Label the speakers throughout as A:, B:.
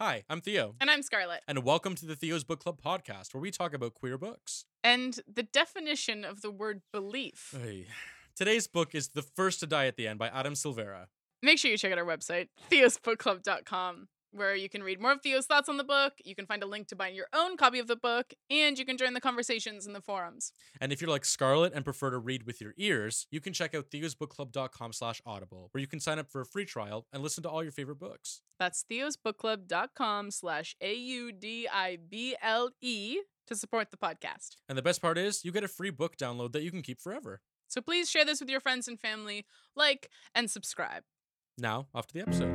A: Hi, I'm Theo,
B: And I'm Scarlett.
A: and welcome to the Theo's Book Club podcast, where we talk about queer books.
B: And the definition of the word belief.
A: Hey. Today's book is The First to Die at the End by Adam Silvera.
B: Make sure you check out our website, theosbookclub.com, where you can read more of Theo's thoughts on the book. You can find a link to buy your own copy of the book, and you can join the conversations in the forums.
A: And if you're like Scarlett and prefer to read with your ears, you can check out theosbookclub.com slash audible, where you can sign up for a free trial and listen to all your favorite books.
B: That's theosbookclub.com slash A U D I B L E to support the podcast.
A: And the best part is, you get a free book download that you can keep forever.
B: So please share this with your friends and family, like and subscribe.
A: Now, off to the episode.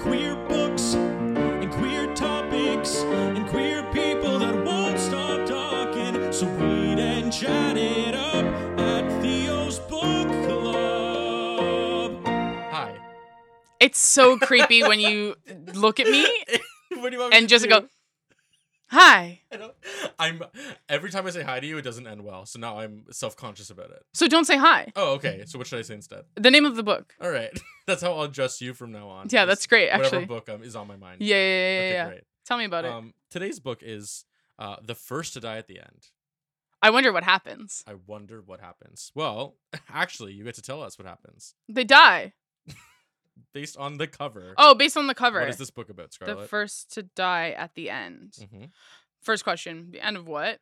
C: queer books and queer topics and queer people that won't stop talking. So read and chat it up at Theo's Book Club.
A: Hi.
B: It's so creepy when you look at me
A: what do you want me
B: and
A: to
B: just
A: do?
B: go, hi.
A: I don't- I'm every time I say hi to you, it doesn't end well. So now I'm self-conscious about it.
B: So don't say hi.
A: Oh, okay. So what should I say instead?
B: The name of the book.
A: All right. That's how I'll address you from now on.
B: Yeah,
A: is
B: that's great, actually.
A: Whatever book um, is on my mind.
B: Yeah, yeah, yeah, yeah.
A: Okay,
B: yeah.
A: great.
B: Tell me about it.
A: Um, today's book is uh, The First to Die at the End.
B: I wonder what happens.
A: I wonder what happens. Well, actually, you get to tell us what happens
B: They die.
A: based on the cover.
B: Oh, based on the cover.
A: What is this book about,
B: the
A: Scarlett?
B: first to die at the end.
A: Mhm.
B: First question, the end of what?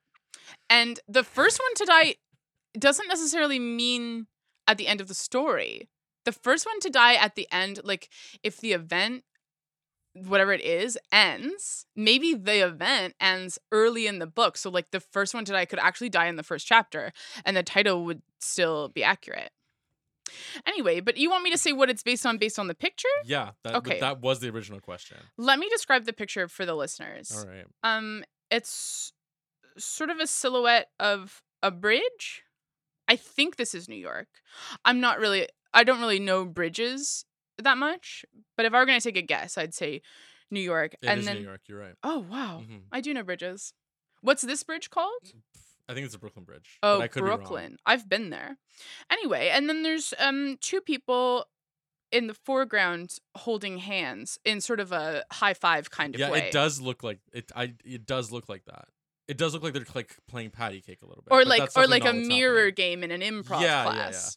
B: And the first one to die doesn't necessarily mean at the end of the story. The first one to die at the end, like if the event, whatever it is, ends, maybe the event ends early in the book. So, like, the first one to die could actually die in the first chapter, and the title would still be accurate. Anyway, but you want me to say what it's based on based on the picture?
A: Yeah. That, but
B: Okay.
A: that was the original question.
B: Let me describe the picture for the listeners.
A: All right.
B: Um, it's sort of a silhouette of a bridge. I think this is New York. I'm not really. I don't really know bridges that much, but if I were gonna take a guess, I'd say New York.
A: It is
B: and then,
A: New York. You're right.
B: oh wow,
A: Mhm.
B: I do know bridges. What's this bridge called?
A: I think it's the Brooklyn Bridge. Mm-hmm. but
B: Oh,
A: I could be wrong.
B: Brooklyn. I've been there. Anyway, and then there's um two people in the foreground holding hands in sort of a high five kind of
A: Yeah,
B: way.
A: it does look like it. I it does look like that. It does look like they're like playing patty cake a little bit,
B: or
A: but
B: like
A: that's
B: or
A: definitely
B: like a
A: not what's
B: mirror
A: happening.
B: game in an
A: Yeah,
B: improv
A: yeah, yeah.
B: class.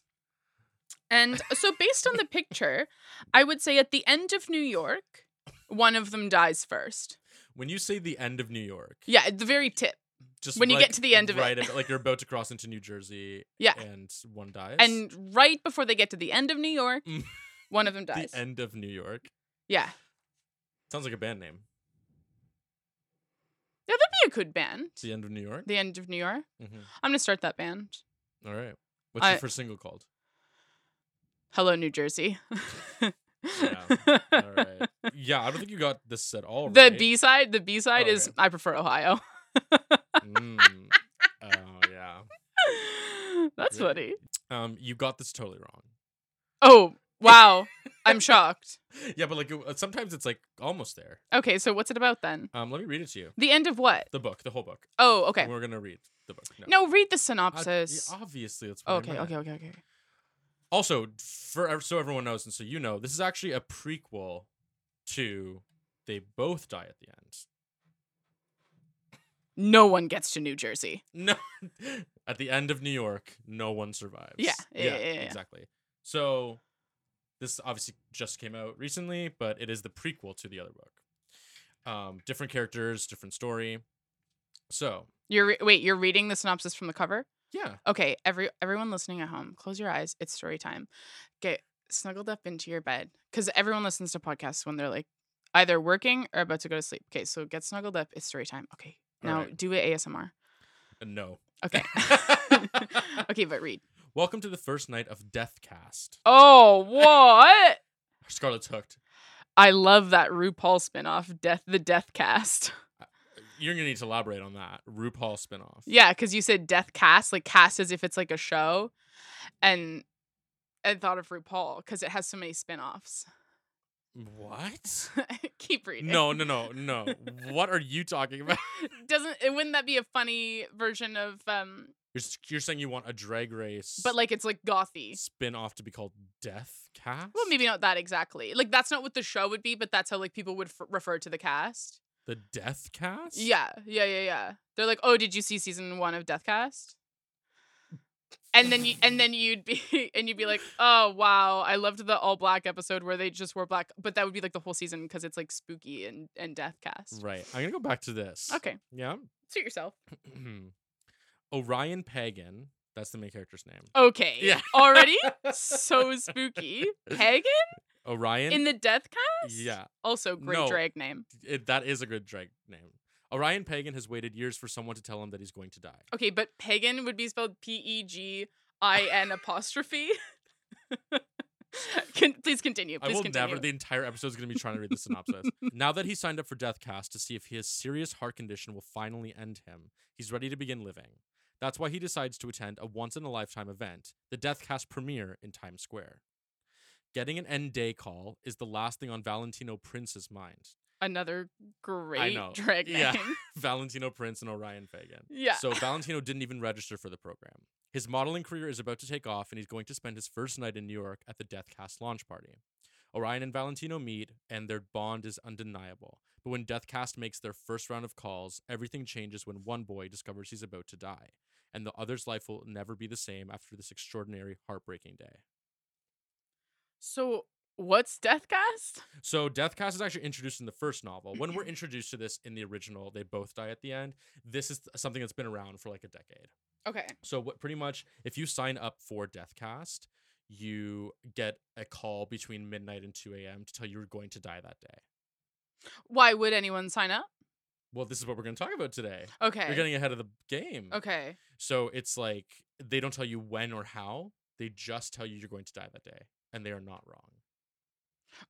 B: And so based on the picture, I would say at the end of New York, one of them dies first.
A: When you say the end of New York,
B: Yeah, at the very tip.
A: just
B: when you get
A: like
B: to the end of it.
A: right ab- like you're about to cross into New Jersey,
B: Yeah.
A: and one dies,
B: And right before they get to the end of New York,
A: Mm.
B: one of them
A: the
B: dies.
A: end of New York
B: Yeah.
A: sounds like a band name.
B: Yeah, that'd be a good band.
A: It's the end of New York.
B: The end of New York.
A: Mhm.
B: I'm gonna start that band.
A: All right, what's your
B: I-
A: first single called?
B: Hello, New Jersey.
A: All right, yeah, I don't think you got this at all.
B: The
A: right?
B: B side, the B side is
A: Okay.
B: I prefer Ohio.
A: Mm. Oh yeah,
B: That's
A: Really?
B: funny.
A: um, you got this totally wrong.
B: Oh, wow. I'm shocked.
A: Yeah, but like it- uh, sometimes it's like almost there.
B: Okay, so what's it about then?
A: Um, let me read it to you.
B: The end of what?
A: The book, the whole book.
B: Oh, okay.
A: We're gonna read the book. No.
B: No, read the
A: Uh, yeah,
B: synopsis. Oh,
A: obviously, that's what I
B: Okay,
A: meant.
B: okay, okay, okay.
A: Also, for so everyone knows and so you know, this is actually a prequel to "They Both Die at the End."
B: No one gets to New Jersey.
A: No, at the end of New York, no one survives.
B: Yeah, yeah, yeah, yeah, yeah.
A: exactly. So, this obviously just came out recently, but it is the prequel to the other book. Um, different characters, different story. So,
B: You're re- wait, you're reading the synopsis from the cover?
A: yeah,
B: Okay, every everyone listening at home, close your eyes. It's story time. Get snuggled up into your bed cuz everyone listens to podcasts when they're like either working or about to go to sleep. Okay, so get snuggled up. It's story time. Okay.
A: All
B: Now
A: right.
B: do it ASMR.
A: no.
B: Okay. okay, but read.
A: Welcome to the first night of Deathcast.
B: Oh, what?
A: Scarlet's hooked.
B: I love that RuPaul spinoff, Death the Death Cast.
A: You're gonna need to elaborate on that RuPaul spinoff.
B: Yeah, because you said Death Cast, like cast as if it's like a show, and I thought of RuPaul because it has so many spinoffs.
A: What?
B: Keep reading.
A: No, no, no, no. what are you talking about?
B: doesn't it, wouldn't that be a funny version of um
A: You're s- you're saying you want a drag race,
B: But like it's like gothy.
A: spin off to be called Death Cast?
B: Well, maybe not that exactly. Like that's not what the show would be, but that's how like people would f- refer to the cast.
A: the Death Cast.
B: Yeah, yeah, yeah, yeah. They're like, "Oh, did you see season one of Deathcast?" And then you and then you'd be and you'd be like, "Oh wow, I loved the all black episode where they just wore black." But that would be like the whole season because it's like spooky and and Deathcast.
A: Right. I'm gonna go back to this.
B: Okay,
A: Yeah.
B: suit yourself.
A: Orion Pagan. That's the main character's name.
B: Okay.
A: Yeah.
B: Already so spooky. Hagen
A: Orion.
B: in the Deathcast.
A: yeah.
B: Also great
A: No.
B: drag name.
A: It, that is a good drag name. Orion Pagan has waited years for someone to tell him that he's going to die.
B: Okay, but pagan would be spelled P E G I N apostrophe. Con- please continue.
A: I
B: Please
A: will
B: continue.
A: never. The entire episode is going to be trying to read the synopsis. now that he signed up for Deathcast to see if his serious heart condition will finally end him, he's ready to begin living. That's why he decides to attend a once in a lifetime event, the Deathcast premiere in Times Square. Getting an end day call is the last thing on Valentino Prince's mind.
B: Another great
A: know.
B: drag name.
A: Yeah. Valentino Prince and Orion Fagan.
B: Yeah.
A: So Valentino didn't even register for the program. His modeling career is about to take off, and he's going to spend his first night in New York at the Deathcast launch party. Orion and Valentino meet, and their bond is undeniable. But when Deathcast makes their first round of calls, everything changes when one boy discovers he's about to die, and the other's life will never be the same after this extraordinary, heartbreaking day.
B: So what's Deathcast?
A: So Deathcast is actually introduced in the first novel. When we're introduced to this in the original, they both die at the end. This is something that's been around for like a decade.
B: Okay.
A: So what pretty much if you sign up for Deathcast, you get a call between midnight and 2 a.m. to tell you you're going to die that day.
B: Why would anyone sign up?
A: Well, this is what we're going to talk about today.
B: Okay.
A: You're getting ahead of the game.
B: okay.
A: So it's like they don't tell you when or how. They just tell you you're going to die that day, and they are not wrong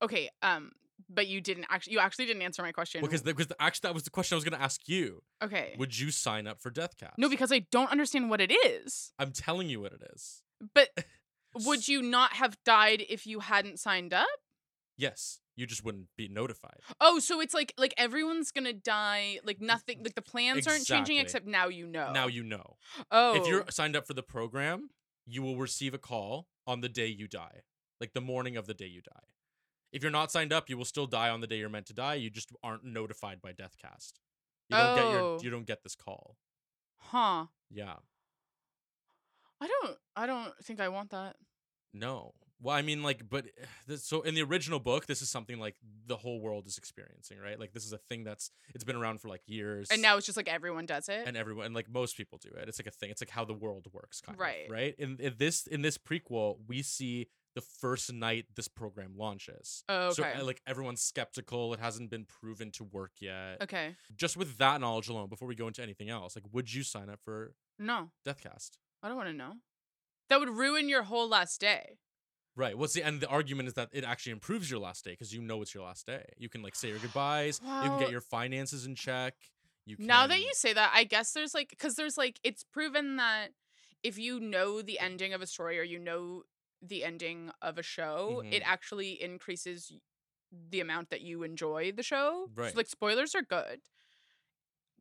B: Okay. Um, but you didn't actually you actually didn't answer my question.
A: because because actually that was the question I was going to ask you.
B: okay.
A: Would you sign up for Deathcast?
B: no, because I don't understand what it is.
A: I'm telling you what it is.
B: But would you not have died if you hadn't signed up?
A: Yes, you just wouldn't be notified.
B: Oh, so it's like like everyone's gonna die, like nothing, like the plans aren't changing
A: Exactly.
B: except now you know.
A: Now you know.
B: oh,
A: If you're signed up for the program, you will receive a call on the day you die, like the morning of the day you die. If you're not signed up, you will still die on the day you're meant to die. You just aren't notified by Deathcast. You don't get your
B: Oh.
A: you don't get this call.
B: huh?
A: Yeah.
B: I don't, I don't think I want that.
A: No. Well, I mean, like, but this, so in the original book, this is something like the whole world is experiencing, right? Like, this is a thing that's it's been around for like years,
B: And now it's just like everyone does it.
A: and everyone, and like most people do it. It's like a thing. It's like how the world works, kind
B: Right.
A: of, right? In, in this in this prequel, we see the first night this program launches.
B: oh, okay.
A: So uh, like everyone's skeptical. It hasn't been proven to work yet.
B: okay.
A: Just with that knowledge alone, before we go into anything else, like would you sign up for
B: No,
A: Deathcast?
B: I don't want to know. That would ruin your whole last day.
A: Right. What's the and the argument is that it actually improves your last day because you know it's your last day. You can like say your goodbyes. you can
B: Well-
A: get your finances in check. You can,
B: Now that you say that, I guess there's like, because there's like, it's proven that if you know the
A: Mm.
B: ending of a story or you know the ending of a show, it
A: Mhm.
B: actually increases y- the amount that you enjoy the show. So,
A: Right.
B: like, spoilers are good.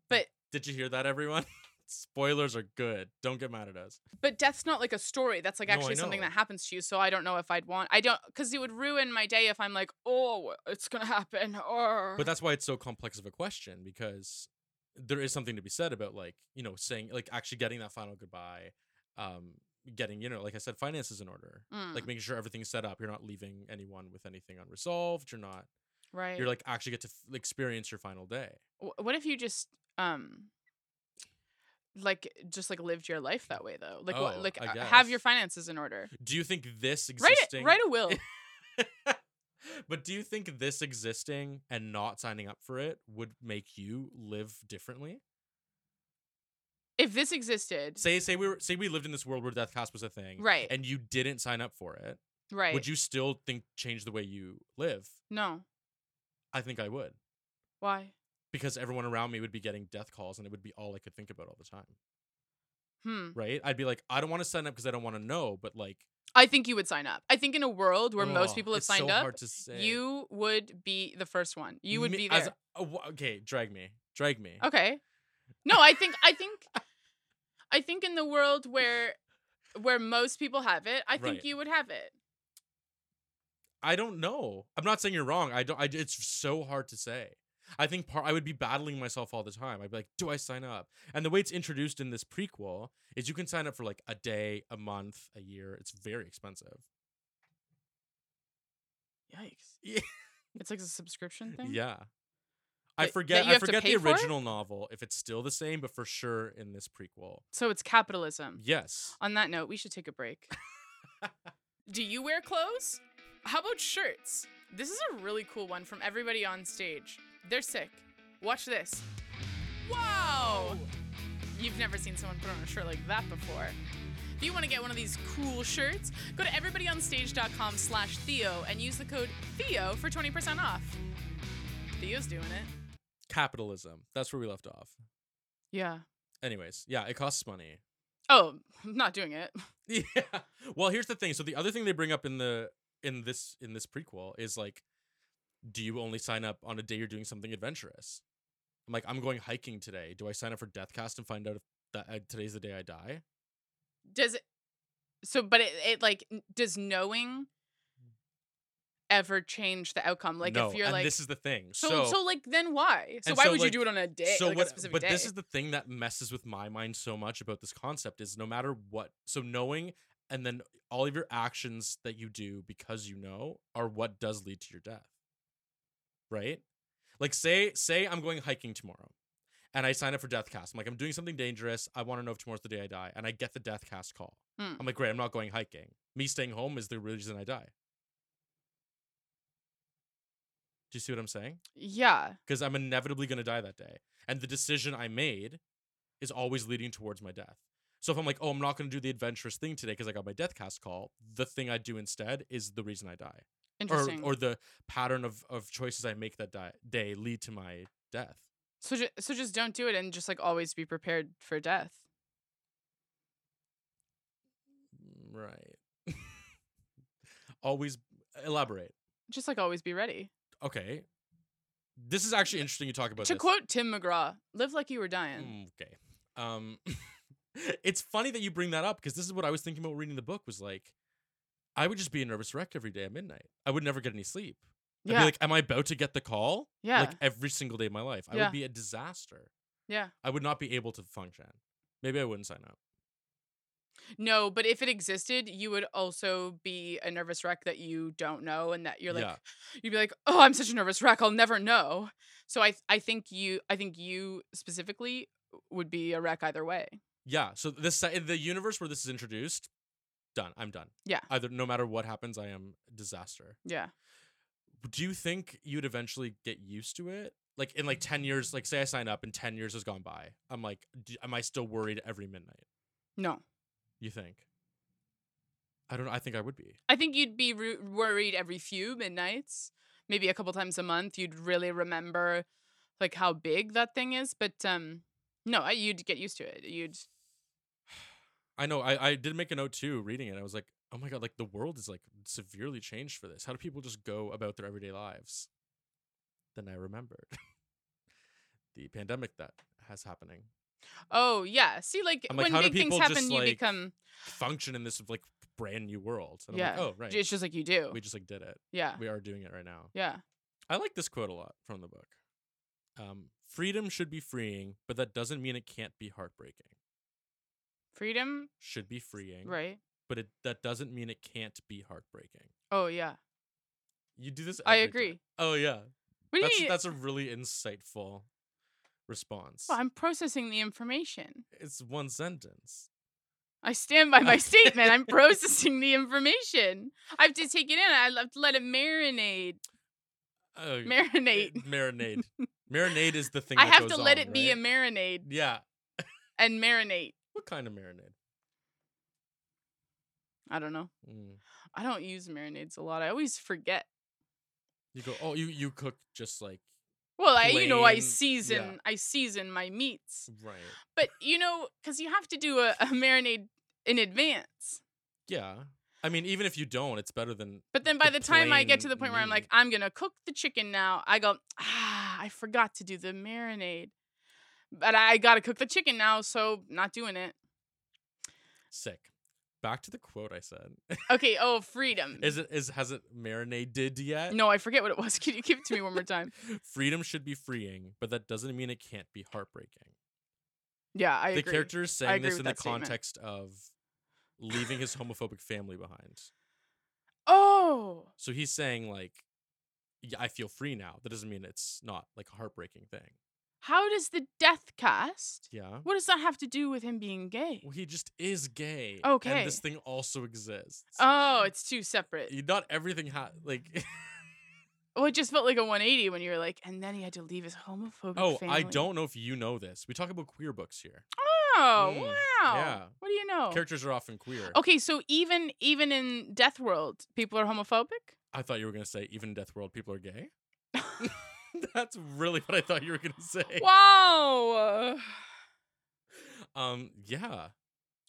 B: But
A: did you hear that, everyone? Spoilers are good. Don't get mad at us.
B: but death's not like a story. That's like
A: No, I
B: actually something
A: know.
B: that happens to you. So I don't know if I'd want. I don't because it would ruin my day if I'm like, oh, it's gonna happen. Or
A: But that's why it's so complex of a question because there is something to be said about like you know saying like actually getting that final goodbye, um, getting you know like I said finances in order,
B: Mm,
A: like making sure everything's set up. You're not leaving anyone with anything unresolved. You're not.
B: right.
A: You're like actually get to f- experience your final day.
B: Wh- what if you just um like just like lived your life that way though like
A: Oh,
B: what, like
A: I
B: uh, have your
A: guess.
B: finances in order
A: Do you think this
B: write
A: existing
B: it write a will
A: but do you think this existing and not signing up for it would make you live differently?
B: if this existed
A: Say say we were say we lived in this world where death cast was a thing.
B: Right.
A: And you didn't sign up for it.
B: right
A: Would you still think change the way you live?
B: no
A: I think I would.
B: why
A: Because everyone around me would be getting death calls and it would be all I could think about all the time.
B: hmm
A: Right? I'd be like, I don't want to sign up because I don't want to know, but like
B: i think you would sign up i think in a world where most
A: ugh,
B: people have
A: it's so
B: signed up
A: hard to say.
B: you would be the first one you would
A: Me-
B: be there
A: as- oh, wh- okay, drag me. Drag me.
B: okay no i think i think I think in the world where where most people have it, I
A: Right.
B: think you would have it.
A: I don't know. I'm not saying you're wrong. I don't. I, it's so hard to say. I think part I would be battling myself all the time. I'd be like, do I sign up? And the way it's introduced in this prequel is you can sign up for like a day, a month, a year. It's very expensive.
B: Yikes.
A: Yeah.
B: It's like a subscription thing.
A: Yeah. I
B: That-
A: forget.
B: that you
A: I
B: have to
A: forget the
B: pay for it?
A: original novel if it's still the same, but for sure in this prequel.
B: So it's capitalism.
A: Yes.
B: On that note, we should take a break. Do you wear clothes? How about shirts? This is a really cool one from everybody on stage. They're sick. Watch this. Wow! You've never seen someone put on a shirt like that before. If you want to get one of these cool shirts, go to everybodyonstage.com slash Theo and use the code Theo for 20% off. Theo's doing it.
A: Capitalism. That's where we left off.
B: Yeah.
A: Anyways, yeah, it costs money.
B: Oh, I'm not doing it.
A: Yeah. Well, here's the thing. So the other thing they bring up in the in this in this prequel is like, do you only sign up on a day you're doing something adventurous? I'm like, I'm going hiking today. Do I sign up for Deathcast and find out if that, uh, today's the day I die?
B: does it so but it, it like n- does knowing ever change the outcome like
A: Mm. no.
B: if you're
A: and
B: like
A: this is the thing.
B: so, so like then why so
A: and
B: why
A: so,
B: would
A: like-
B: you do it on a day
A: so
B: like
A: what
B: a specific
A: but
B: day
A: this is the thing that messes with my mind so much about this concept is no matter what so knowing and then all of your actions that you do because you know are what does lead to your death right like say say i'm going hiking tomorrow and i sign up for death cast i'm like i'm doing something dangerous i want to know if tomorrow's the day i die and i get the death cast call
B: Hmm.
A: i'm like great i'm not going hiking me staying home is the reason i die do you see what i'm saying
B: yeah
A: because I'm inevitably going to die that day. And the decision I made is always leading towards my death. So if I'm like, oh, I'm not going to do the adventurous thing today because I got my death cast call, the thing I do instead is the reason I die. Or,
B: interesting
A: or the pattern of, of choices I make that di- day lead to my death.
B: so ju- so just don't do it and just like always be prepared for death
A: Right. Always elaborate.
B: just like always be ready
A: Okay. This is actually interesting you talk about
B: to
A: this.
B: quote tim mcgraw live like you were dying
A: Mm, Okay. Um, it's funny that you bring that up because this is what I was thinking about reading the book. Was like, I would just be a nervous wreck every day at midnight. I would never get any sleep. I'd
B: yeah
A: be like, am I about to get the call?
B: yeah
A: Like every single day of my life, I
B: Yeah.
A: would be a disaster.
B: yeah
A: I would not be able to function. Maybe I wouldn't sign up.
B: No, but if it existed, you would also be a nervous wreck that you don't know, and that you're like,
A: Yeah.
B: you'd be like, oh, I'm such a nervous wreck, I'll never know. So I, th- I think you, I think you specifically would be a wreck either way.
A: Yeah. So this si- the universe where this is introduced, done. I'm done.
B: Yeah.
A: Either no matter what happens, I am disaster.
B: Yeah.
A: do you think you'd eventually get used to it? Like in like 10 years, like say I sign up and 10 years has gone by. I'm like, d am I still worried every midnight?
B: No,
A: You think? I don't know. I think I would be.
B: I think you'd be ru worried every few midnights, maybe a couple times a month. You'd really remember, like how big that thing is. But um, no, I, you'd get used to it. You'd
A: I know. I, I did make a note too reading it. I was like, oh my God, like the world is like severely changed for this. How do people just go about their everyday lives? Then I remembered the pandemic that has happening.
B: oh yeah, see like
A: I'm like,
B: when
A: how do
B: big things
A: people
B: happen,
A: just,
B: you
A: like,
B: become
A: Function in this like brand new world. And I'm
B: yeah.
A: like, oh, right.
B: It's just like you do.
A: we just like did it.
B: yeah.
A: We are doing it right now.
B: yeah.
A: I like this quote a lot from the book. Um, Freedom should be freeing, but that doesn't mean it can't be heartbreaking.
B: freedom
A: Should be freeing,
B: right
A: But it that doesn't mean it can't be heartbreaking.
B: oh yeah
A: You do this. every
B: I
A: day.
B: agree.
A: Oh yeah,
B: what do
A: that's
B: you mean?
A: that's a really insightful response.
B: Well, oh, i'm processing the information
A: It's one sentence.
B: i stand by my statement i'm processing the information i have to take it in i have to let it marinate
A: Oh, y-
B: marinate
A: it- marinade. marinade is the thing.
B: i
A: that
B: have to
A: goes
B: let
A: on,
B: it be a
A: right?
B: marinade
A: yeah.
B: and marinate
A: What kind of marinade?
B: i don't know
A: Mm.
B: i don't use marinades a lot i always forget
A: You go. Oh, you you cook just like
B: well I, you know i
A: Plain- yeah.
B: season i season my meats
A: right.
B: but you know because you have to do a, a marinade in advance
A: Yeah. I mean, even if you don't, it's better than
B: But then by the, time I get to the
A: plain
B: point where I'm like,
A: meat.
B: I'm gonna cook the chicken now, I go, ah, I forgot to do the marinade. But I gotta cook the chicken now, so not doing it.
A: Sick. Back to the quote I said.
B: Okay. Oh, freedom.
A: Is it is has it marinated yet?
B: no, I forget what it was. Can you give it to me one more time?
A: Freedom should be freeing, but that doesn't mean it can't be heartbreaking.
B: Yeah, I
A: the
B: agree.
A: character is saying
B: agree
A: this
B: with
A: in the
B: that statement.
A: context of leaving his homophobic family behind.
B: Oh,
A: So he's saying like, yeah, I feel free now. That doesn't mean it's not like a heartbreaking thing.
B: how does the death cast?
A: Yeah.
B: What does that have to do with him being gay?
A: Well, he just is gay. And
B: Okay.
A: this thing also exists.
B: Oh, it's two separate.
A: Y- Not everything ha- like.
B: Well, it just felt like a 180 when you were like, and then he had to leave his homophobic
A: oh, I
B: family."
A: don't know if you know this. We talk about queer books here.
B: Oh,
A: Mm,
B: wow.
A: yeah.
B: What do you know?
A: Characters are often queer.
B: Okay, so even even in Death World, people are homophobic.
A: I thought you were gonna say even in Death World people are gay. That's really what I thought you were gonna say.
B: wow.
A: Um. Yeah.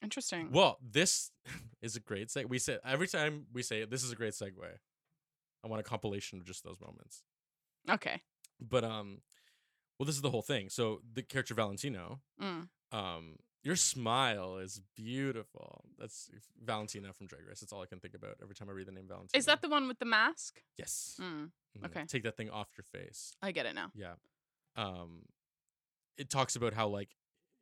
B: Interesting.
A: Well, this is a great segue. We say every time we say it, this is a great segue. I want a compilation of just those moments.
B: Okay.
A: But um, well, this is the whole thing. So the character Valentino,
B: Mm.
A: um, your smile is beautiful. That's Valentina from Drag Race. That's all I can think about every time I read the name Valentina.
B: Is that the one with the mask?
A: yes?
B: Mm,
A: Mhm.
B: okay.
A: Take that thing off your face.
B: I get it now.
A: Yeah. Um, it talks about how like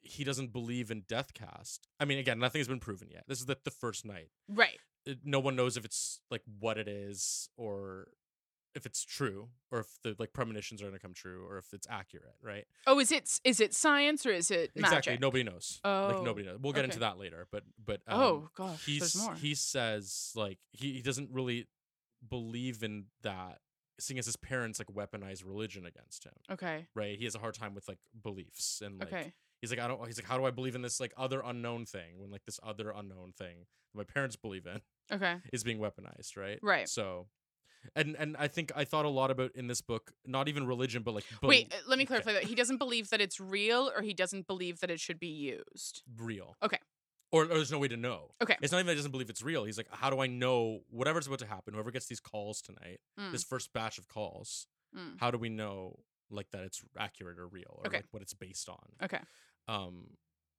A: he doesn't believe in death cast. I mean, again, nothing has been proven yet. This is the, the first night.
B: Right.
A: it- no one knows if it's like what it is or if it's true or if the like premonitions are going to come true or if it's accurate right
B: Oh, is it s- is it science or is it magic?
A: exactly nobody knows like
B: Oh,
A: nobody knows we'll get into
B: okay.
A: that later but but um,
B: Oh, gosh,
A: he's,
B: there's more.
A: he says like he, he doesn't really believe in that seeing as his parents like weaponize religion against him
B: Okay.
A: right he has a hard time with like beliefs and like
B: okay.
A: he's like i don't he's like how do i believe in this like other unknown thing when like this other unknown thing that my parents believe in
B: Okay.
A: is being weaponized, right?
B: Right.
A: So, and and I think I thought a lot about in this book, not even religion, but like bel-
B: Wait, uh, let me clarify that. He doesn't believe that it's real or he doesn't believe that it should be used.
A: real.
B: Okay.
A: Or, or there's no way to know.
B: Okay.
A: It's not even that he doesn't believe it's real. He's like, how do I know whatever's about to happen? Whoever gets these calls tonight,
B: Mm,
A: this first batch of calls,
B: mm.
A: how do we know like that it's accurate or real or
B: Okay.
A: like what it's based on?
B: Okay.
A: Um,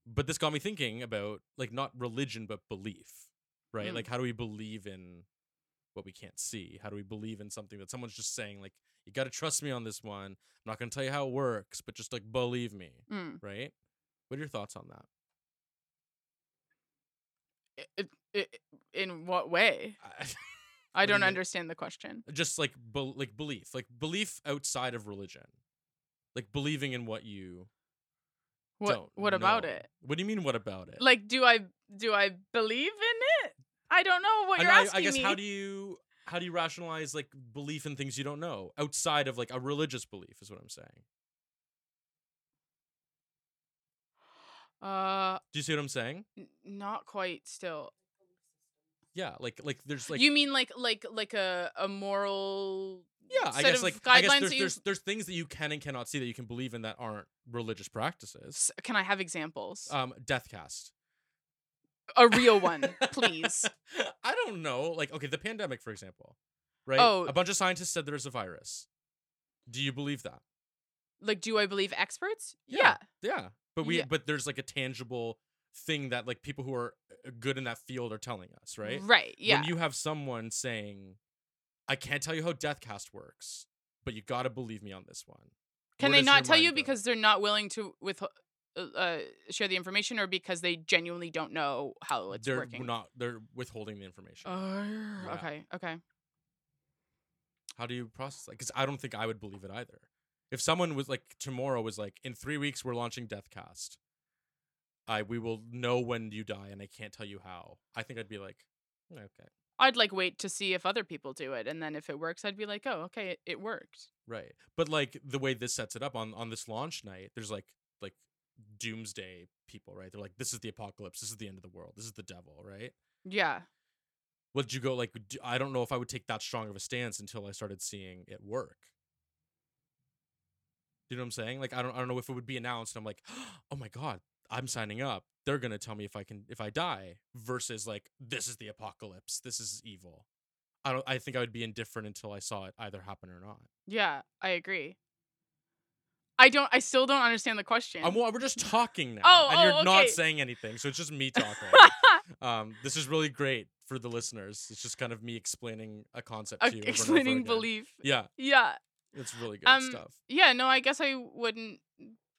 A: but this got me thinking about like not religion but belief, right?
B: Mm.
A: Like how do we believe in what we can't see? How do we believe in something that someone's just saying like you got to trust me on this one. I'm not going to tell you how it works, but just like believe me,
B: Mm.
A: right? What are your thoughts on that?
B: I- I- I- in what way?
A: I-
B: I
A: What do
B: don't
A: you-
B: understand the question.
A: just like bel like belief, like belief outside of religion. Like believing in what you
B: What
A: don't.
B: what about
A: know.
B: it?
A: What do you mean what about it?
B: Like do I do I believe in it? I don't know what
A: I
B: you're
A: know, I-
B: asking
A: I guess
B: me.
A: how do you how do you rationalize like belief in things you don't know outside of like a religious belief is what I'm saying.
B: uh
A: Do you see what I'm saying?
B: n- not quite still.
A: Yeah, like like there's like
B: you mean like like like a a moral
A: yeah, I
B: set
A: guess
B: of
A: like
B: guidelines
A: I guess there's,
B: that you
A: there's there's things that you can and cannot see that you can believe in that aren't religious practices.
B: S- can I have examples?
A: Um, death cast.
B: a real one, please.
A: I don't know. Like okay, the pandemic for example, right?
B: Oh.
A: A bunch of scientists said there's a virus. Do you believe that?
B: Like, do I believe experts?
A: Yeah. Yeah, but we
B: Yeah.
A: but there's like a tangible thing that like people who are uh, good in that field are telling us, right?
B: Right. Yeah.
A: When you have someone saying, "I can't tell you how Deathcast works, but you gotta believe me on this one."
B: Can
A: where
B: they
A: does your
B: not tell
A: mind
B: you
A: go?
B: because they're not willing to with uh, uh, share the information, or because they genuinely don't know how it's
A: they're
B: working?
A: not they're withholding the information.
B: Arr,
A: Yeah.
B: Okay. Okay.
A: how do you process that? Because I don't think I would believe it either. If someone was like tomorrow was like in three weeks we're launching Deathcast, I we will know when you die and I can't tell you how. I think I'd be like, okay,
B: I'd like wait to see if other people do it, and then if it works, I'd be like, oh, okay, it, it worked.
A: Right. But like the way this sets it up on on this launch night, there's like like doomsday people, right? They're like, this is the apocalypse, this is the end of the world, this is the devil, right?
B: Yeah.
A: Would you go like? d I don't know if I would take that strong of a stance until I started seeing it work. Do you know what I'm saying? Like I don't I don't know if it would be announced. And I'm like, oh my god, I'm signing up. They're gonna tell me if I can if I die. Versus like this is the apocalypse. This is evil. I don't. I think I would be indifferent until I saw it either happen or not.
B: Yeah. I agree. I don't. I still don't understand the question.
A: I'm, we're just talking now,
B: Oh,
A: and
B: oh,
A: you're not
B: okay.
A: saying anything, so it's just me talking. Um, this is really great for the listeners. It's just kind of me explaining a concept to you. over and over
B: explaining
A: again.
B: belief.
A: Yeah,
B: Yeah.
A: it's really good
B: Um,
A: stuff.
B: Yeah, no, I guess I wouldn't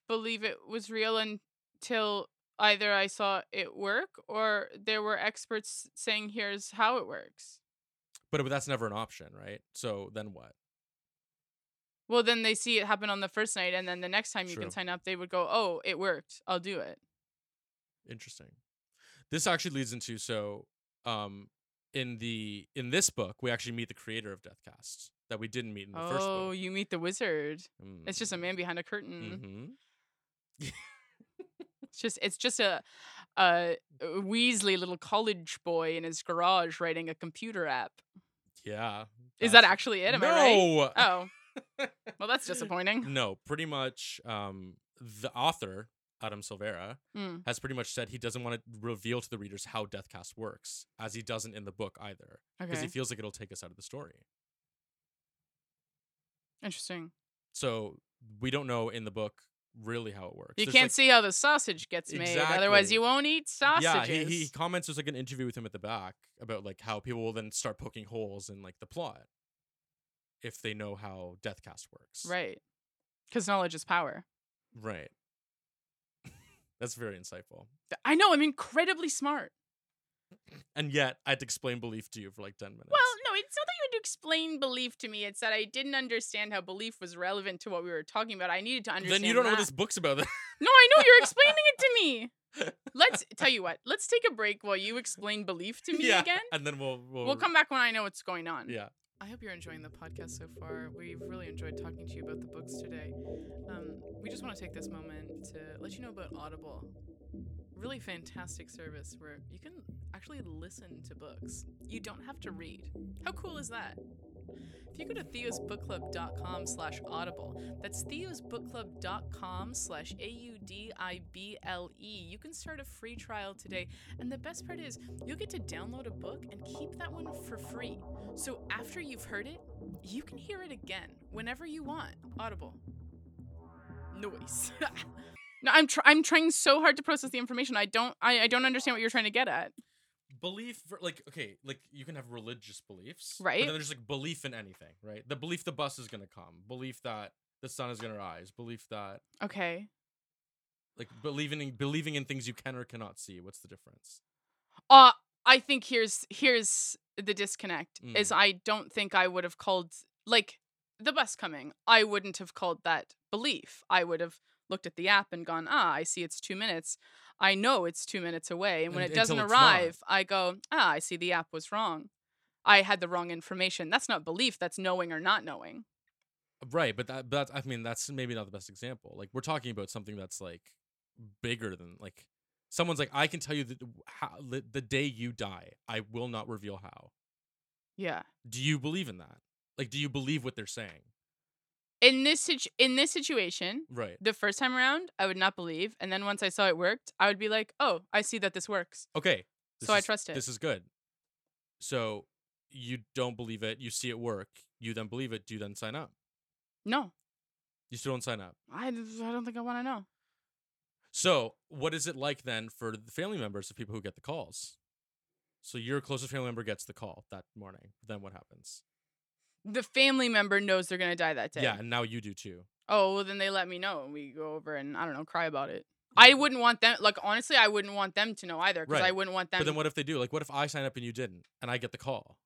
B: believe it was real until either I saw it work or there were experts saying here's how it works.
A: But, but that's never an option, right? So then what?
B: Well, then they see it happen on the first night, and then the next time you
A: True.
B: can sign up, they would go, "Oh, it worked. I'll do it."
A: Interesting. This actually leads into so um in the in this book we actually meet the creator of Deathcasts that we didn't meet in the first
B: Oh,
A: book.
B: you meet the wizard. It's just a
A: Mm,
B: man behind a curtain.
A: mhm.
B: It's just it's just a, a Weasley little college boy in his garage writing a computer app.
A: Yeah.
B: Is that
A: that's-
B: actually it? Am
A: no!
B: I right? Oh, well, that's disappointing.
A: No, pretty much um the author Adam Silvera
B: Mm.
A: has pretty much said he doesn't want to reveal to the readers how Deathcast works, as he doesn't in the book either, because
B: Okay,
A: he feels like it'll take us out of the story.
B: interesting.
A: So we don't know in the book really how it works.
B: You
A: There's,
B: can't
A: like,
B: see how the sausage gets made. Otherwise,
A: Exactly.
B: you won't eat sausages.
A: Yeah, he, he comments there's like an interview with him at the back about like how people will then start poking holes in like the plot if they know how Deathcast works.
B: Right, because knowledge is power.
A: Right. That's very insightful.
B: Th- I know. I'm incredibly smart.
A: And yet I had to explain belief to you for like ten minutes.
B: Well, no, it's not that you had to explain belief to me. It's that I didn't understand how belief was relevant to what we were talking about. I needed to understand.
A: then you don't know
B: that.
A: what this book's about. then.
B: No, I know you're explaining it to me. Let's tell you what. Let's take a break while you explain belief to me
A: yeah.
B: again.
A: And then we'll we'll,
B: We'll come back when I know what's going on.
A: Yeah.
B: I hope you're enjoying the podcast so far. We've really enjoyed talking to you about the books today. Um, we just want to take this moment to let you know about Audible. Really fantastic service where you can actually listen to books. You don't have to read. How cool is that? If you go to theosbookclub.com slash audible, that's theosbookclub.com slash A-U-D-I-B-L-E, E. you can start a free trial today. And the best part is you'll get to download a book and keep that one for free. So after you've heard it, you can hear it again whenever you want. Audible. Noise. no, I'm tr- I'm trying so hard to process the information. I don't I, I don't understand what you're trying to get at.
A: Belief ver- like okay, like you can have religious beliefs. But
B: Right.
A: then there's like belief in anything, right? The belief the bus is gonna come, belief that the sun is gonna rise, belief that
B: Okay.
A: like believing in believing in things you can or cannot see what's the difference
B: Uh I think here's here's the disconnect is
A: Mm.
B: I don't think I would have called like the bus coming. I wouldn't have called that belief. I would have looked at the app and gone, "Ah, I see it's 2 minutes. I know it's 2 minutes away." And when
A: And-
B: it
A: until
B: doesn't
A: it's not.
B: arrive, I go, "Ah, I see the app was wrong. I had the wrong information." That's not belief, that's knowing or not knowing.
A: right but that but that's, i mean that's maybe not the best example like we're talking about something that's like bigger than like someone's like i can tell you the, how, li- the day you die i will not reveal how
B: Yeah.
A: do you believe in that like do you believe what they're saying
B: In this situ- in this situation,
A: right
B: the first time around, I would not believe, and then once I saw it worked, I would be like, "Oh, I see that this works."
A: okay this
B: So I
A: is-
B: trust it.
A: this is good so you don't believe it you see it work you then believe it do you then sign up
B: No,
A: you still don't sign up
B: I, d- I don't think I want to know.
A: So, what is it like then for the family members of people who get the calls? So, your closest family member gets the call that morning. Then what happens?
B: The family member knows they're gonna die that day.
A: Yeah, and now you do too.
B: Oh, well, then they let me know, and we go over and I don't know, cry about it. I wouldn't want them. Like honestly, I wouldn't want them to know either, because I
A: Mm-hmm. Right.
B: wouldn't want them
A: But then what if they do? Like, what if I sign up and you didn't, and I get the call?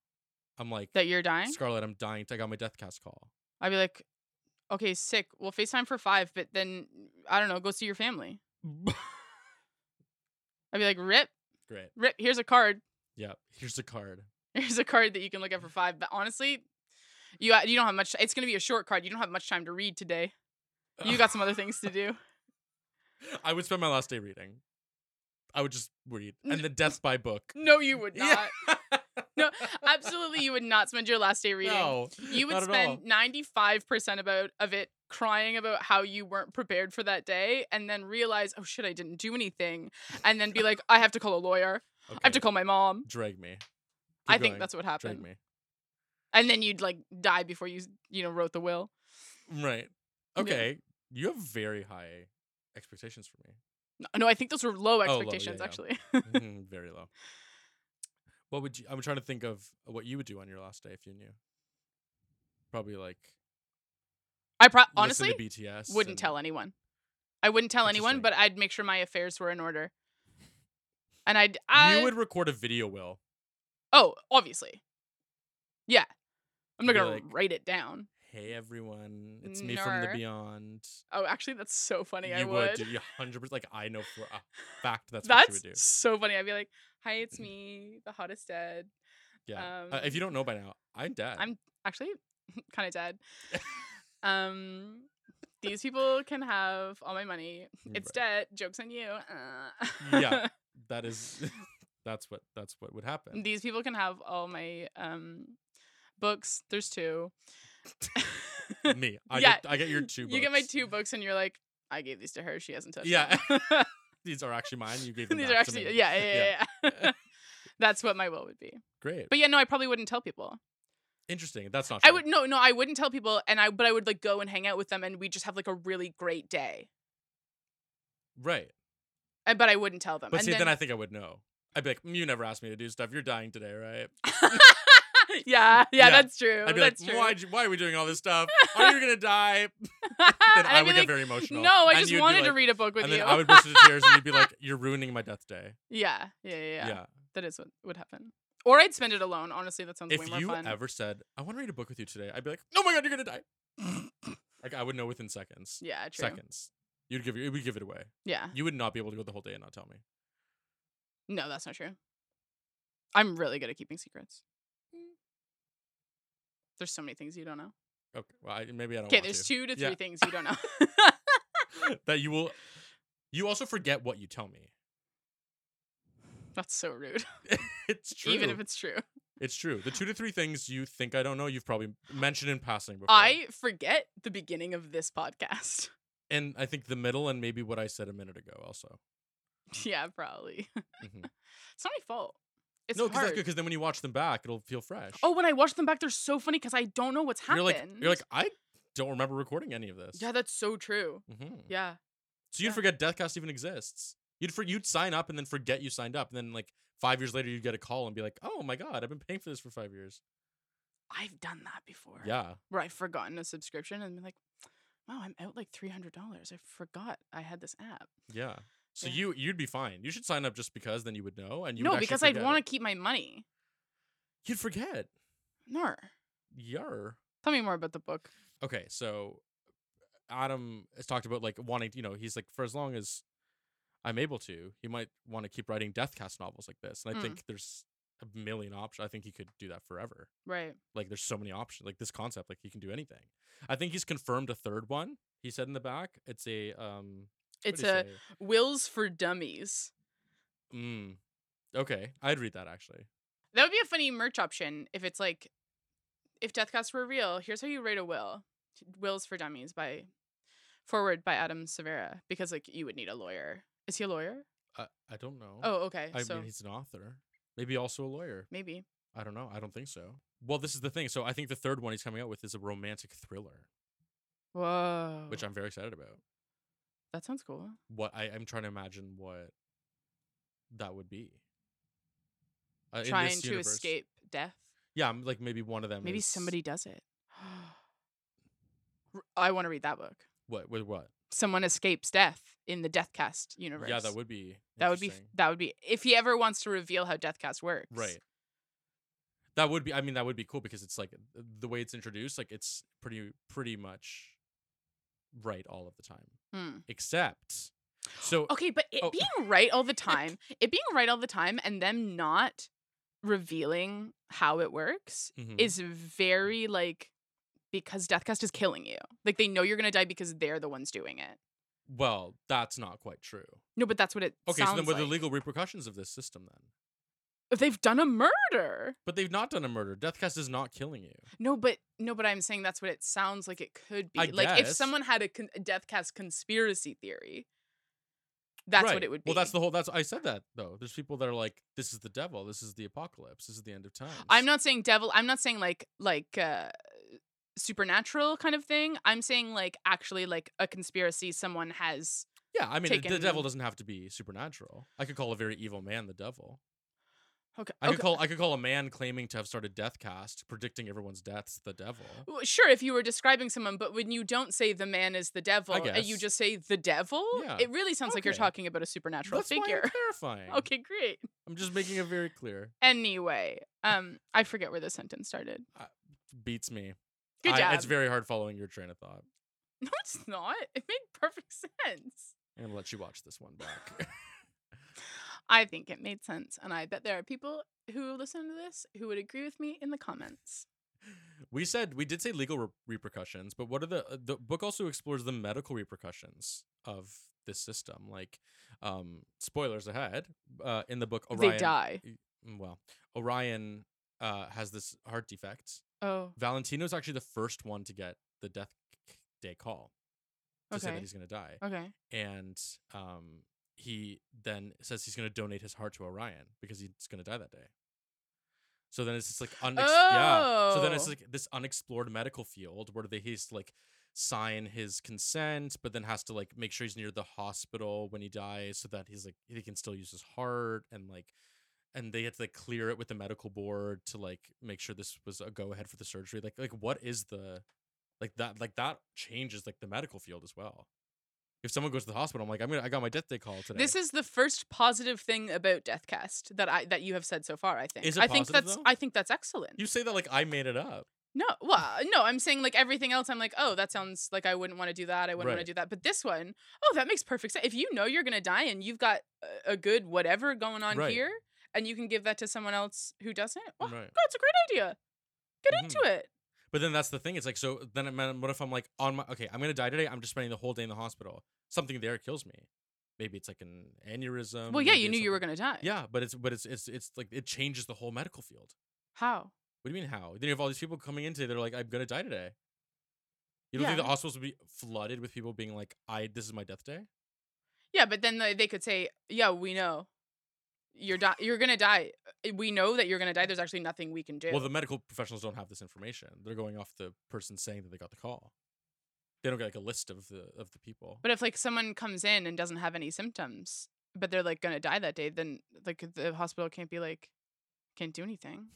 A: I'm like,
B: that you're dying.
A: Scarlett, I'm dying. I got my death cast call.
B: I'd be like, "Okay, sick. Well, Facetime for five, but then I don't know, go see your family." I'd be like, "Rip,
A: Great.
B: rip. Here's a card.
A: Yeah. Here's the card.
B: Here's a card that you can look at for five. But honestly, you you don't have much. It's gonna be a short card. You don't have much time to read today. You got some other things to do.
A: I would spend my last day reading. I would just read, and the death by book.
B: No, you would not.
A: Yeah.
B: No, absolutely, you would not spend your last day reading.
A: No,
B: you would
A: not at
B: spend
A: all.
B: ninety five percent about of it crying about how you weren't prepared for that day, and then realize, oh shit, I didn't do anything, and then be like, I have to call a lawyer.
A: Okay.
B: I have to call my mom.
A: drag me.
B: I
A: Keep
B: think
A: going.
B: that's what
A: drag
B: happened.
A: me.
B: And then you'd like die before you s- you know wrote the will.
A: Right.
B: Yeah.
A: Okay. You have very high expectations for me.
B: No, no, I think those were low
A: Oh, yeah,
B: expectations
A: yeah.
B: actually.
A: Mhm, Very low. What would you? I'm trying to think of what you would do on your last day if you knew. Probably like
B: I pro-
A: listen
B: honestly
A: to BTS.
B: wouldn't
A: and-
B: tell anyone. I wouldn't tell anyone,
A: Interesting.
B: but I'd make sure my affairs were in order. And I'd I
A: you would record a video, will.
B: oh obviously, yeah. I'm not
A: You'd be
B: gonna
A: like-
B: write it down.
A: Hey everyone, it's me from the
B: Nar.
A: beyond.
B: Oh, actually, that's so funny. I
A: you
B: would.
A: dude, you hundred percent. Like I know for a fact that's, what you
B: That's
A: would do. Mm-hmm.
B: so funny. I'd be like, "Hi, it's me, the hottest dead."
A: Yeah. Uh, if you don't know by now, I'm dead.
B: um, I'm actually kind of dead. um, these people can have all my money. It's debt. Jokes on you. Uh.
A: Yeah. that is. that's what. That's what would happen.
B: these people can have all my um books. There's two.
A: me. I
B: Yeah,
A: get. I get your two. Books.
B: You get my two books, and you're like, "I gave these to her. She hasn't touched."
A: Yeah.
B: them."
A: These are actually mine. You gave them.
B: these
A: back
B: are
A: to
B: actually
A: me.
B: yeah yeah yeah. yeah. That's what my will would be.
A: Great.
B: But yeah, no, I probably wouldn't tell people.
A: Interesting. That's not.
B: I
A: true.
B: would no, no, I wouldn't tell people, and I but I would like go and hang out with them, and we just have like a really great day.
A: Right.
B: Uh, But I wouldn't tell them.
A: But
B: and
A: see, then, I think I would know. I'd be like, "Mm, you never asked me to do stuff. You're dying today, right?
B: yeah, yeah,
A: Yeah.
B: that's true.
A: I'd be
B: Oh, that's
A: like,
B: true.
A: why? Why are we doing all this stuff? Are you gonna die? Then
B: And
A: I
B: I'd be
A: would get
B: like,
A: very emotional.
B: No, I
A: And
B: just
A: you'd be
B: wanted to
A: like-
B: read a book with
A: And
B: you.
A: then I would burst into tears, and you'd be like, "You're ruining my death day."
B: yeah, yeah, yeah, yeah,
A: Yeah.
B: That is what would happen. Or I'd spend it alone. Honestly, that sounds way
A: If
B: more
A: you
B: fun.
A: ever said, "I want to read a book with you today," I'd be like, "Oh my god, you're gonna die!" like I would know within seconds.
B: yeah, true.
A: Seconds. You'd give it. Would give it away.
B: Yeah,
A: You would not be able to go the whole day and not tell me.
B: no, that's not true. I'm really good at keeping secrets. There's so many things you don't know.
A: Okay. Well, Mm. I, maybe I don't.
B: Okay,
A: want
B: there's
A: to.
B: two to three
A: Yeah.
B: things you don't know.
A: that you will. You also forget what you tell me.
B: that's so rude.
A: It's true.
B: Even if it's true.
A: It's true. The two to three things you think I don't know, you've probably mentioned in passing before.
B: I forget the beginning of this podcast.
A: and I think the middle and maybe what I said a minute ago also.
B: yeah, probably.
A: Mhm.
B: It's not my fault. It's
A: no, that's
B: hard.
A: good because then when you watch them back, it'll feel fresh.
B: oh, when I watch them back, they're so funny because I don't know what's
A: you're
B: happened.
A: like you're like I don't remember recording any of this.
B: yeah, that's so true.
A: Mhm.
B: Yeah,
A: So you'd
B: yeah.
A: forget Deathcast even exists. You'd for you'd sign up and then forget you signed up, and then like five years later you'd get a call and be like, "Oh my god, I've been paying for this for five years."
B: I've done that before.
A: Yeah,
B: where I've forgotten a subscription and been like, wow, I'm out like three hundred dollars. I forgot I had this app.
A: yeah. So
B: Yeah.
A: you you'd be fine. You should sign up just because then you would know and you
B: no,
A: would
B: because I'd
A: want
B: want to keep my money.
A: to. You'd forget.
B: No,
A: Yar.
B: tell me more about the book.
A: okay so adam has talked about like wanting you know he's like for as long as i'm able to he might want to keep writing deathcast novels like this and i
B: Mm.
A: think there's a million options i think he could do that forever
B: Right.
A: like there's so many options like this concept like he can do anything i think he's confirmed a third one he said in the back it's a um what
B: It's
A: did he
B: a
A: say?
B: Wills for Dummies.
A: mm, okay i'd read that actually
B: That would be a funny merch option if it's like, if death casts were real, here's how you write a will. Wills for Dummies by Forward by Adam Severa. Because like you would need a lawyer. Is he a lawyer?
A: i, I don't know
B: Oh, okay.
A: i
B: so
A: mean he's an author maybe also a lawyer
B: maybe.
A: I don't know. I don't think so. Well, this is the thing. So I think the third one he's coming out with is a romantic thriller,
B: Whoa.
A: which I'm very excited about.
B: that sounds cool.
A: What I, I'm trying to imagine what that would be. Uh, in this
B: Trying to
A: universe.
B: escape death.
A: Yeah, I'm like maybe one of them.
B: Maybe
A: is-
B: somebody does it. R- I want to read that book.
A: What with what?
B: Someone escapes death in the Deathcast universe.
A: Yeah, that would be.
B: That would be.
A: interesting.
B: That would be. If he ever wants to reveal how Deathcast works.
A: right. That would be. I mean, that would be cool because it's like uh, the way it's introduced. Like it's pretty, pretty much right all of the time,
B: Hmm.
A: except. So
B: Okay, but it
A: Oh.
B: being right all the time, it being right all the time, and them not revealing how it works
A: Mhm.
B: is very like because Deathcast is killing you. Like they know you're gonna die because they're the ones doing it.
A: well, that's not quite true.
B: No, but that's what it.
A: Okay, so then
B: sounds
A: what are the
B: like.
A: legal repercussions of this system then?
B: If they've done a murder.
A: But they've not done a murder. Deathcast is not killing you.
B: No, but no, but I'm saying that's what it sounds like. It could be
A: I
B: like if
A: guess.
B: someone had a, con- a death cast conspiracy theory. That's
A: Right.
B: what it would be.
A: Well, that's the whole. That's I said that though. There's people that are like, "This is the devil. This is the apocalypse. This is the end of time."
B: I'm not saying devil. I'm not saying like like uh, supernatural kind of thing. I'm saying like actually like a conspiracy. Someone has
A: Yeah, I mean, the,
B: Taken
A: the devil
B: and-
A: doesn't have to be supernatural. I could call a very evil man the devil.
B: Okay.
A: I
B: okay.
A: could call I could call a man claiming to have started Deathcast, predicting everyone's deaths, the devil.
B: Well, Sure, if you were describing someone, but when you don't say the man is the devil, and you
A: guess.
B: just say the devil,
A: Yeah.
B: it really sounds like you're
A: Okay.
B: talking about a supernatural
A: That's why I'm
B: figure.
A: terrifying.
B: Okay, great.
A: I'm just making it very clear.
B: Anyway, um, I forget where the sentence started.
A: Beats me.
B: Good
A: I-
B: job.
A: it's very hard following your train of thought.
B: no, it's not. It made perfect sense.
A: I'm gonna let you watch this one back.
B: I think it made sense, and I bet there are people who listen to this who would agree with me in the comments.
A: we said we did say legal re- repercussions, but what are the uh, the book also explores the medical repercussions of this system? Like, um, spoilers ahead. Uh, in the book, Orion.
B: They die.
A: Mm, Well, Orion uh, has this heart defect.
B: Oh,
A: Valentino's actually the first one to get the death c- day call to say that
B: Okay. Uh
A: he's going to die.
B: okay.
A: And um, he then says he's going to donate his heart to Orion because he's going to die that day. So then it's just like unex- yeah. So then it's
B: Oh.
A: like this unexplored medical field where they he's like sign his consent, but then has to like make sure he's near the hospital when he dies so that he's like he can still use his heart and like and they had to like clear it with the medical board to like make sure this was a go ahead for the surgery. Like like what is the like that like that changes like the medical field as well. If someone goes to the hospital, I'm like, I'm gonna I got my death day call today.
B: This is the first positive thing about Deathcast that I that you have said so far. I think.
A: Is it
B: I think
A: positive,
B: that's.
A: though?
B: I think that's excellent.
A: you say that like I made it up.
B: No, well, no, I'm saying like everything else, I'm like, oh, that sounds like I wouldn't want to do that. I wouldn't want to
A: Right.
B: do that. But this one, oh, that makes perfect sense. If you know you're going to die and you've got a, a good whatever going on
A: Right.
B: here and you can give that to someone else who doesn't, well,
A: Right.
B: that's a great idea. Get
A: Mhm.
B: into it.
A: But then that's the thing. It's like so. Then I'm- what if I'm like on my okay? I'm gonna die today. I'm just spending the whole day in the hospital. Something there kills me. Maybe it's like an aneurysm.
B: well, yeah,
A: maybe
B: you
A: it's
B: knew you were
A: something-
B: going to die.
A: Yeah, but it's but it's it's it's like it changes the whole medical field.
B: How?
A: What do you mean how? Then you have all these people coming in today. They're like, I'm gonna die today. You don't think
B: Yeah.
A: the hospitals would be flooded with people being like, I this is my death day?
B: Yeah, but then they, they could say, yeah, we know. You're di- you're gonna die. Uh, We know that you're gonna die. There's actually nothing we can do.
A: Well, the medical professionals don't have this information. They're going off the person saying that they got the call. They don't get like a list of the of the people.
B: But if like someone comes in and doesn't have any symptoms, but they're like gonna die that day, then like the hospital can't be like, can't do anything.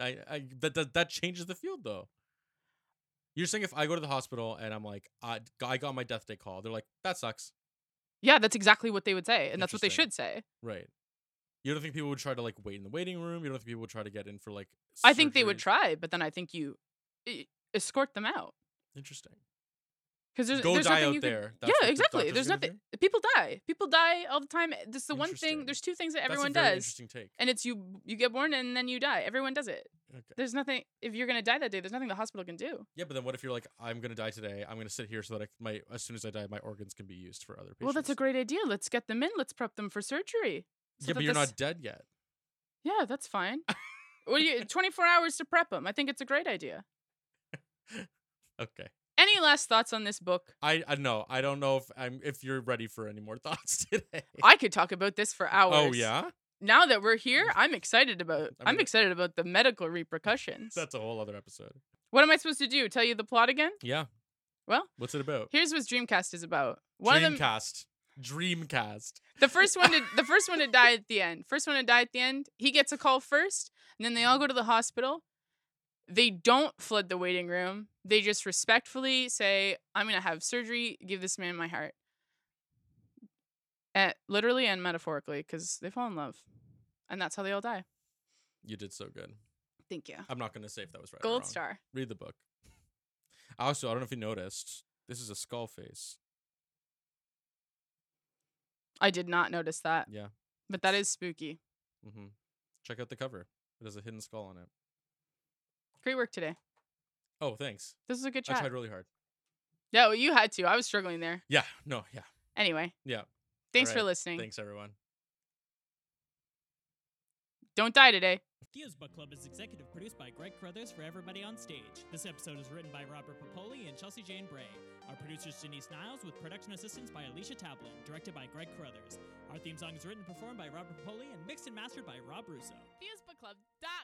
A: I, I that, that that changes the field though. You're saying if I go to the hospital and I'm like, I, d- I got my death day call, they're like, that sucks,
B: Yeah, that's exactly what they would say, and that's what they
A: Interesting.
B: should say.
A: right? You don't think people would try to like wait in the waiting room? You don't think people would try to get in for like?
B: I think they would
A: surgery?
B: try, but then I think you e- escort them out
A: Interesting.
B: because there's
A: go
B: there's
A: die
B: nothing
A: out
B: you can-
A: there. That's what
B: yeah,
A: the
B: exactly.
A: doctor's
B: There's
A: gonna
B: nothing.
A: do?
B: People die. People die all the time. That's the one
A: Interesting.
B: thing. There's two things that
A: That's a
B: everyone
A: very
B: does,
A: Interesting take.
B: and it's you you get born and then you die. Everyone does it.
A: Okay.
B: There's nothing. If you're gonna die that day, there's nothing the hospital can do.
A: Yeah, but then what if you're like, I'm gonna die today. I'm gonna sit here so that I, c- my as soon as I die, my organs can be used for other patients.
B: Well, that's a great idea. Let's get them in. Let's prep them for surgery. so
A: yeah,
B: that
A: but you're
B: this-
A: not dead yet.
B: Yeah, that's fine. well, you 24 hours to prep them. I think it's a great idea.
A: Okay.
B: Any last thoughts on this book?
A: I I know. I don't know if I'm if you're ready for any more thoughts today.
B: I could talk about this for hours.
A: oh yeah.
B: Now that we're here, I'm excited about
A: I
B: I'm
A: mean-
B: excited about the medical repercussions.
A: That's a whole other episode.
B: What am I supposed to do? Tell you the plot again?
A: Yeah.
B: Well,
A: What's it about?
B: here's what Dreamcast is about. One of them
A: Dreamcast. Dreamcast.
B: the first one to the first one to die at the end. First one to die at the end, he gets a call first, and then they all go to the hospital. They don't flood the waiting room. They just respectfully say, "I'm going to have surgery. Give this man my heart." At, literally and metaphorically cuz they fall in love. And that's how they all die.
A: You did so good.
B: Thank you.
A: I'm not going to say if that was right. or
B: Gold
A: wrong.
B: star.
A: Read the book. Also, I don't know if you noticed, this is a skull face.
B: I did not notice that.
A: Yeah.
B: But that is spooky.
A: Mm-hmm. Check out the cover. It has a hidden skull on it.
B: Great work today.
A: Oh, thanks.
B: This was a good
A: I
B: chat.
A: tried really hard.
B: Yeah, well, you had to. I was struggling there.
A: Yeah. No. Yeah.
B: Anyway.
A: Yeah.
B: Thanks for
A: Alright,
B: listening.
A: Thanks, everyone.
B: Don't die today.
C: Theo's Book Club is executive produced by Greg Crothers for everybody on stage. This episode is written by Robert Popoli and Chelsea Jane Bray. Our producer's Denise Niles with production assistance by Alicia Tablin, directed by Greg Crothers. Our theme song is written and performed by Robert Popoli and mixed and mastered by Rob Russo.
B: Thea's Book Club dot